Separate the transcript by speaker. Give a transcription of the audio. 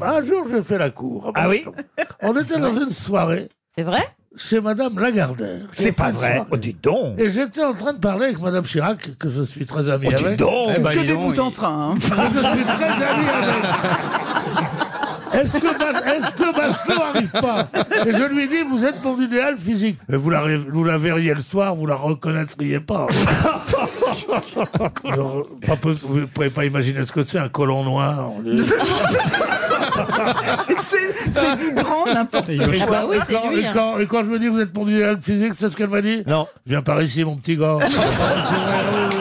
Speaker 1: Bah, Un jour, je fais la cour.
Speaker 2: Ah oui
Speaker 1: On était dans une soirée
Speaker 3: C'est vrai
Speaker 1: chez Madame Lagardère.
Speaker 2: C'est pas
Speaker 1: Une
Speaker 2: vrai.
Speaker 1: soirée.
Speaker 2: Oh, dis donc.
Speaker 1: Et j'étais en train de parler avec Madame Chirac, que je suis très ami
Speaker 2: Oh, dis
Speaker 1: avec.
Speaker 2: donc.
Speaker 4: Que
Speaker 5: dis
Speaker 4: des
Speaker 5: donc,
Speaker 4: bouts en
Speaker 5: il-
Speaker 4: train. hein.
Speaker 1: Que je suis très ami avec. Est-ce que, Bas- est-ce que Bachelot arrive pas Et je lui dis, vous êtes mon idéal physique. Mais vous la, ré- vous la verriez le soir, vous la reconnaîtriez pas. Alors, pas pos- vous ne pouvez pas imaginer ce que c'est, un colon noir.
Speaker 4: C'est c'est du grand n'importe
Speaker 5: Il veut-
Speaker 3: Ah bah oui,
Speaker 1: et,
Speaker 3: c'est
Speaker 1: quand,
Speaker 3: lui.
Speaker 1: et
Speaker 3: hein.
Speaker 1: quand- et quand je me dis, vous êtes mon idéal physique, c'est ce qu'elle m'a dit
Speaker 2: Non.
Speaker 1: Viens par ici, mon petit gars. C'est vrai, oui, oui.